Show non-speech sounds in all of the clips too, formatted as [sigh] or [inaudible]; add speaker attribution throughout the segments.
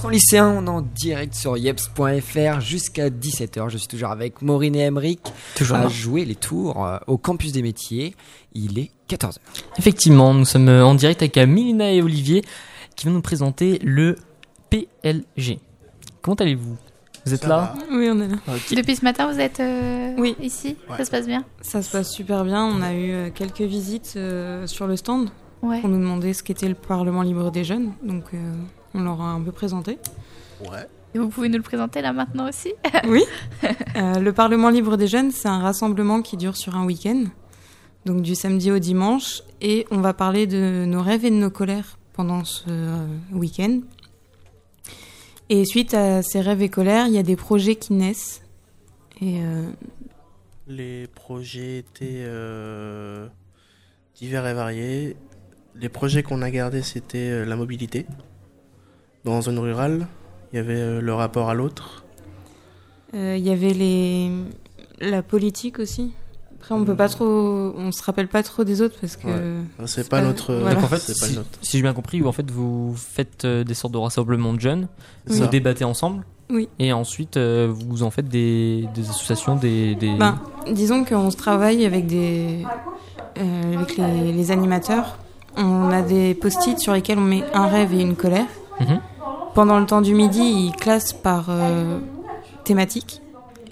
Speaker 1: Sans lycéen, on est en direct sur yeps.fr jusqu'à 17h. Je suis toujours avec Maureen et Emeric
Speaker 2: Toujours
Speaker 1: à
Speaker 2: là.
Speaker 1: jouer les tours euh, au campus des métiers. Il est 14h.
Speaker 2: Effectivement, nous sommes euh, en direct avec euh, Milena et Olivier qui vont nous présenter le PLG. Comment allez-vous Vous êtes
Speaker 3: Ça
Speaker 2: là
Speaker 4: Oui, on est là.
Speaker 2: Ok.
Speaker 5: Depuis ce matin, vous êtes euh,
Speaker 4: Oui.
Speaker 5: ici
Speaker 3: Ouais.
Speaker 5: Ça se passe bien
Speaker 4: Ça se passe super bien. On a eu euh, quelques visites euh, sur le stand
Speaker 5: Ouais.
Speaker 4: pour nous demander ce qu'était le Parlement libre des jeunes. Donc, euh, on leur a un peu [laughs] présenté.
Speaker 3: Ouais.
Speaker 5: Et vous pouvez nous le présenter là maintenant aussi
Speaker 4: Oui. Euh, le Parlement libre des jeunes, c'est un rassemblement qui dure sur un week-end, donc du samedi au dimanche. Et on va parler de nos rêves et de nos colères pendant ce euh, week-end. Et suite à ces rêves et colères, il y a des projets qui naissent. Et euh,
Speaker 3: Les projets étaient euh, divers et variés. Les projets qu'on a gardés, c'était euh, la mobilité. Dans la zone rurale, il y avait euh, le rapport à l'autre.
Speaker 4: Euh, Il y avait les... la politique aussi. Après, on peut pas trop, on se rappelle pas trop des autres parce que
Speaker 3: C'est
Speaker 4: C'est
Speaker 3: pas
Speaker 4: pas-
Speaker 3: notre. euh,
Speaker 4: Voilà.
Speaker 2: Donc en fait,
Speaker 3: c'est pas
Speaker 2: si,
Speaker 3: le nôtre.
Speaker 2: si j'ai bien compris, vous, en fait, vous faites euh, des sortes de rassemblements de jeunes,
Speaker 3: C'est
Speaker 2: vous
Speaker 3: ça.
Speaker 2: débattez ensemble,
Speaker 4: Oui.
Speaker 2: et ensuite euh, vous en faites des, des associations, des... des-
Speaker 4: Ben, disons qu'on se travaille avec des, euh, avec les, les animateurs. On a des post-it sur lesquels on met un rêve et une colère.
Speaker 2: Mhm.
Speaker 4: Pendant le temps du midi, ils classent par euh, thématique.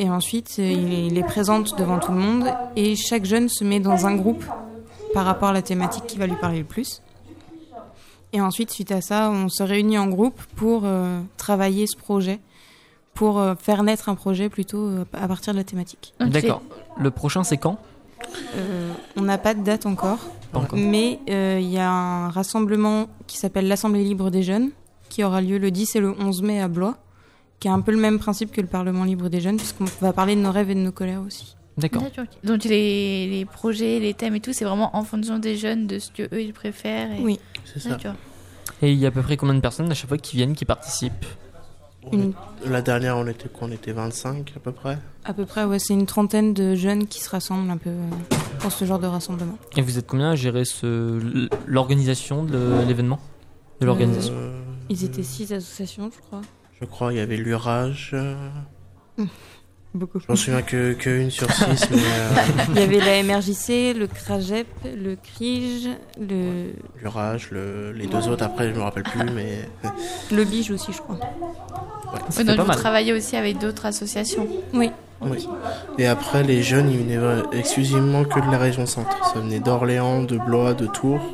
Speaker 4: Et ensuite, euh, ils les présentent devant tout le monde. Et chaque jeune se met dans un groupe par rapport à la thématique qui va lui parler le plus. Et ensuite, suite à ça, on se réunit en groupe pour euh, travailler ce projet, pour euh, faire naître un projet plutôt euh, à partir de la thématique.
Speaker 5: Ok.
Speaker 2: D'accord. Le prochain, c'est quand
Speaker 4: Euh, on n'a pas de date encore,
Speaker 2: Pas encore.
Speaker 4: mais euh, il y a un rassemblement qui s'appelle l'Assemblée libre des jeunes, qui aura lieu le 10 et le 11 mai à Blois, qui a un peu le même principe que le Parlement libre des jeunes, puisqu'on va parler de nos rêves et de nos colères aussi.
Speaker 2: D'accord.
Speaker 5: D'accord, ok. Donc les, les projets, les thèmes et tout, c'est vraiment en fonction des jeunes, de ce que eux ils préfèrent. Et...
Speaker 4: Oui.
Speaker 3: C'est ça.
Speaker 5: D'accord.
Speaker 2: Et il y a à peu près combien de personnes à chaque fois qui viennent, qui participent
Speaker 3: On
Speaker 4: Une-
Speaker 3: est- La dernière, on était quoi On était 25 à peu près.
Speaker 4: À peu près, ouais, c'est une trentaine de jeunes qui se rassemblent un peu euh, pour ce genre de rassemblement.
Speaker 2: Et vous êtes combien à gérer ce- l'organisation de l'événement De l'organisation
Speaker 3: Euh,
Speaker 4: Ils étaient six associations, je crois.
Speaker 3: Je crois il y avait l'urage. euh,
Speaker 4: Beaucoup.
Speaker 3: Je m'en souviens que, que une sur six, mais euh, [laughs]
Speaker 4: Il y avait la MRJC, le CRAGEP, le CRIGE, le,
Speaker 3: l'urage, le- les deux autres après, je me rappelle plus, mais
Speaker 4: le BIGE aussi, je crois.
Speaker 2: Ça
Speaker 5: Ouais,
Speaker 2: fait
Speaker 5: donc
Speaker 2: pas
Speaker 5: euh, vous
Speaker 2: mal.
Speaker 5: travaillez aussi avec d'autres associations.
Speaker 4: Oui.
Speaker 3: Oui. Et après, les jeunes, ils venaient vra- exclusivement que de la région centre. Ça venait d'Orléans, de Blois, de Tours.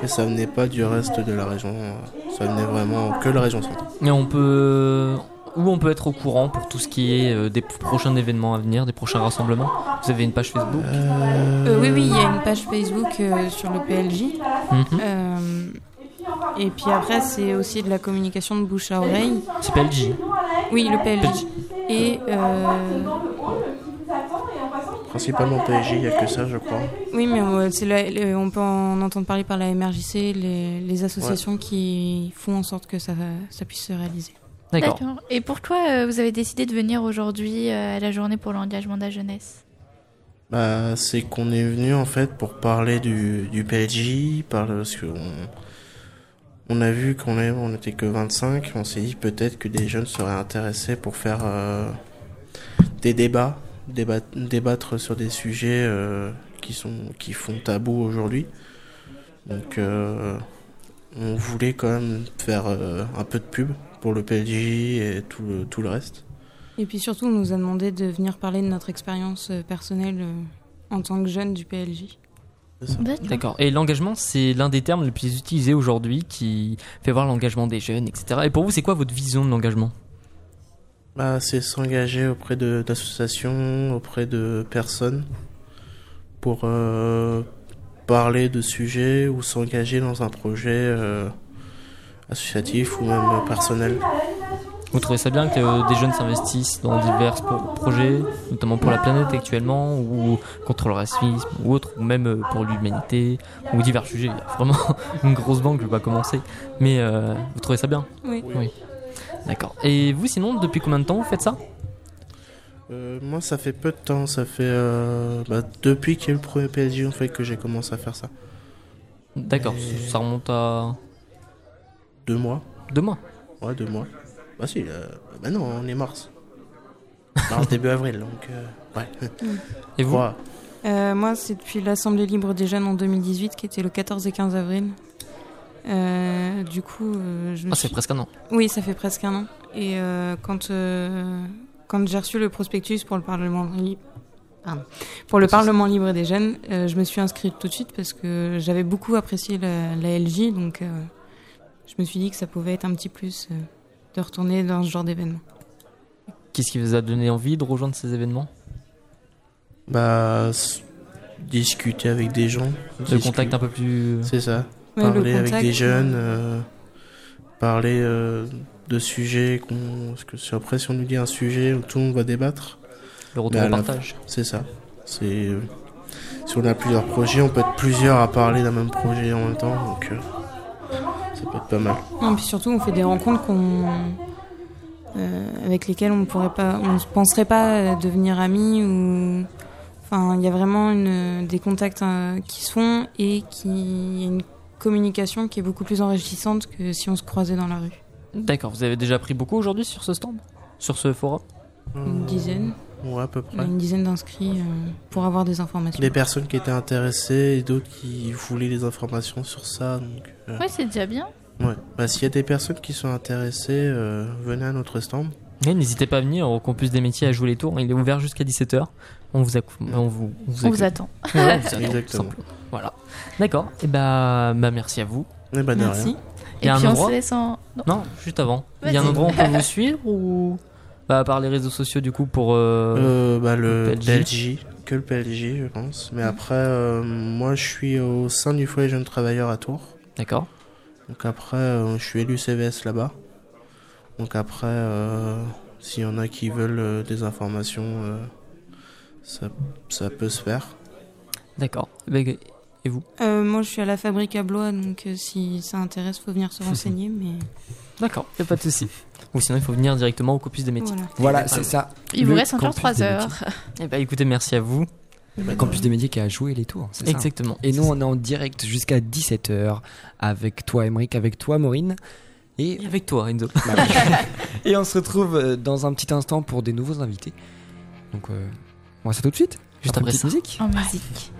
Speaker 3: Et ça venait pas du reste de la région. euh, Ça venait vraiment que de la région centre.
Speaker 2: Et on peut. Où on peut être au courant pour tout ce qui est euh, des prochains événements à venir, des prochains rassemblements Vous avez une page Facebook
Speaker 4: Euh, oui, oui, il y a une page Facebook euh, sur le PLJ.
Speaker 2: Mhm.
Speaker 4: Euh, et puis après, c'est aussi de la communication de bouche à oreille.
Speaker 2: C'est PLJ.
Speaker 4: Oui, le PLJ.
Speaker 2: PLJ.
Speaker 4: Et euh,
Speaker 3: Principalement PSG, il y a que ça, je crois.
Speaker 4: oui, mais on, c'est la- le- on peut en entendre parler par la MRJC, les, les associations qui font en sorte que ça, ça puisse se réaliser.
Speaker 2: D'accord.
Speaker 5: Et pourquoi euh, vous avez décidé de venir aujourd'hui euh, à la journée pour l'engagement de la jeunesse
Speaker 3: Bah, c'est qu'on est venu en fait pour parler du, du PLJ, par- parce qu'on on a vu qu'on est, on était que 25, on s'est dit peut-être que des jeunes seraient intéressés pour faire euh, des débats, débat- débattre sur des sujets euh, qui sont qui font tabou aujourd'hui. Donc euh, on voulait quand même faire euh, un peu de pub pour le PLJ et tout le, tout le reste.
Speaker 4: Et puis surtout, on nous a demandé de venir parler de notre expérience euh, personnelle euh, en tant que jeune du PLJ.
Speaker 2: D'accord. Et l'engagement, c'est l'un des termes les plus utilisés aujourd'hui qui fait voir l'engagement des jeunes, etc. Et pour vous, c'est quoi votre vision de l'engagement
Speaker 3: Bah, c'est s'engager auprès de d'associations, auprès de personnes pour euh, parler de sujets ou s'engager dans un projet euh, associatif ou même personnel.
Speaker 2: Vous trouvez ça bien que euh, des jeunes s'investissent dans divers pro- projets, notamment pour la planète actuellement, ou contre le racisme, ou autre, ou même euh, pour l'humanité, ou divers sujets. Il y a vraiment [laughs] une grosse banque, je vais pas commencer. Mais euh, vous trouvez ça bien
Speaker 4: Oui.
Speaker 2: Oui. D'accord. Et vous, sinon, depuis combien de temps vous faites ça
Speaker 3: Euh, moi, ça fait peu de temps, ça fait euh, bah, depuis qu'il y a eu le premier PSG en fait que j'ai commencé à faire ça.
Speaker 2: D'accord,
Speaker 3: Euh,
Speaker 2: ça remonte à
Speaker 3: Deux mois.
Speaker 2: deux mois.
Speaker 3: Ouais, deux mois. Bah si, euh, bah non, on est mars.
Speaker 2: [laughs]
Speaker 3: Mars, début avril, donc euh, ouais.
Speaker 2: Et vous
Speaker 3: Ouais.
Speaker 4: Euh, moi, c'est depuis l'Assemblée libre des jeunes en 2018, qui était le 14 et 15 avril. Euh, du coup, euh, je me
Speaker 2: Ah,
Speaker 4: suis-
Speaker 2: c'est presque un an.
Speaker 4: Oui, ça fait presque un an. Et euh, quand, euh, quand j'ai reçu le prospectus pour le Parlement libre. Pour le Parlement libre des jeunes, euh, je me suis inscrite tout de suite parce que j'avais beaucoup apprécié la, la LJ, donc euh, je me suis dit que ça pouvait être un petit plus euh, de retourner dans ce genre d'événement.
Speaker 2: Qu'est-ce qui vous a donné envie de rejoindre ces événements
Speaker 3: Bah, s- discuter avec des gens.
Speaker 2: Le
Speaker 3: discuter-
Speaker 2: contact un peu plus.
Speaker 3: C'est ça.
Speaker 4: Ouais, le
Speaker 3: parler avec
Speaker 4: contact,
Speaker 3: des jeunes,
Speaker 4: euh,
Speaker 3: euh, parler euh, de sujets qu'on. Parce que c'est après, si on nous dit un sujet où tout le monde va débattre,
Speaker 2: Le retour
Speaker 3: Bah,
Speaker 2: au
Speaker 3: la-
Speaker 2: partage.
Speaker 3: c'est ça. C'est. euh, Si on a plusieurs projets, on peut être plusieurs à parler d'un même projet en même temps, donc euh, ça peut être pas mal.
Speaker 4: Non, et puis surtout, on fait des rencontres qu'on, euh, avec lesquelles on pourrait pas, on ne penserait pas euh, devenir amis ou, enfin, il y a vraiment une, des contacts euh, qui se font et qui il y a une communication qui est beaucoup plus enrichissante que si on se croisait dans la rue.
Speaker 2: D'accord, vous avez déjà appris beaucoup aujourd'hui sur ce stand Sur ce forum
Speaker 4: Une dizaine,
Speaker 3: Mmh. Euh, Ouais, à peu
Speaker 4: on
Speaker 3: près.
Speaker 4: a une dizaine d'inscrits euh, pour avoir des informations.
Speaker 3: Des personnes qui étaient intéressées et d'autres qui voulaient des informations sur ça, donc. euh,
Speaker 5: Ouais, c'est déjà bien.
Speaker 3: Ouais. Bah, s'il y a des personnes qui sont intéressées, euh, venez à notre stand.
Speaker 2: Ouais, N'hésitez pas à venir au campus des métiers à jouer les tours. Il est ouvert jusqu'à 17h. On vous, accou- on vous, on vous
Speaker 5: On
Speaker 2: accueille.
Speaker 5: vous attend.
Speaker 3: [laughs]
Speaker 2: Voilà, on vous attend, tout
Speaker 3: Exactement.
Speaker 2: simplement. Voilà. D'accord. Et bah, bah, merci à vous.
Speaker 3: Eh ben, de rien.
Speaker 4: Merci.
Speaker 2: Il y
Speaker 5: Et
Speaker 2: a un
Speaker 5: puis on
Speaker 2: endroit
Speaker 5: se laisse en. Non.
Speaker 2: Non, juste avant. Il y a un
Speaker 5: Vas-y.
Speaker 2: endroit où on peut vous suivre ou bah, par les réseaux sociaux du coup pour euh,
Speaker 3: Euh, bah, le
Speaker 2: le PLJ.
Speaker 3: PLJ, que le PLJ, je pense. Mais après, euh, moi, je suis au sein du foyer jeunes travailleurs à Tours.
Speaker 2: D'accord.
Speaker 3: Donc après, euh, je suis élu CVS là-bas. Donc après, euh, s'il y en a qui veulent euh, des informations, euh, ça, ça peut se faire.
Speaker 2: D'accord. Bah,
Speaker 4: Euh, moi, je suis à la fabrique à Blois, donc euh, si ça intéresse, faut venir se renseigner. mais
Speaker 2: D'accord, y a pas de souci. Ou sinon il faut venir directement au campus des métiers.
Speaker 4: voilà.
Speaker 1: Voilà, c'est ça.
Speaker 5: Il vous
Speaker 2: Le
Speaker 5: reste encore
Speaker 2: campus
Speaker 5: 3
Speaker 2: des
Speaker 5: heures.
Speaker 2: Eh bah écoutez, merci à vous.
Speaker 1: Le campus des médias qui a joué les tours, c'est ça
Speaker 2: Exactement.
Speaker 1: Et nous, on est en direct jusqu'à 17h avec toi, Emeric, avec toi, Maureen. Et, bah
Speaker 2: Et avec toi, Renzo.
Speaker 1: [laughs] et on se retrouve euh, dans un petit instant pour des nouveaux invités. Donc, euh, on va ça tout de suite.
Speaker 2: Juste
Speaker 1: Après une
Speaker 2: après
Speaker 1: petite
Speaker 2: ça.
Speaker 1: musique.
Speaker 5: En musique.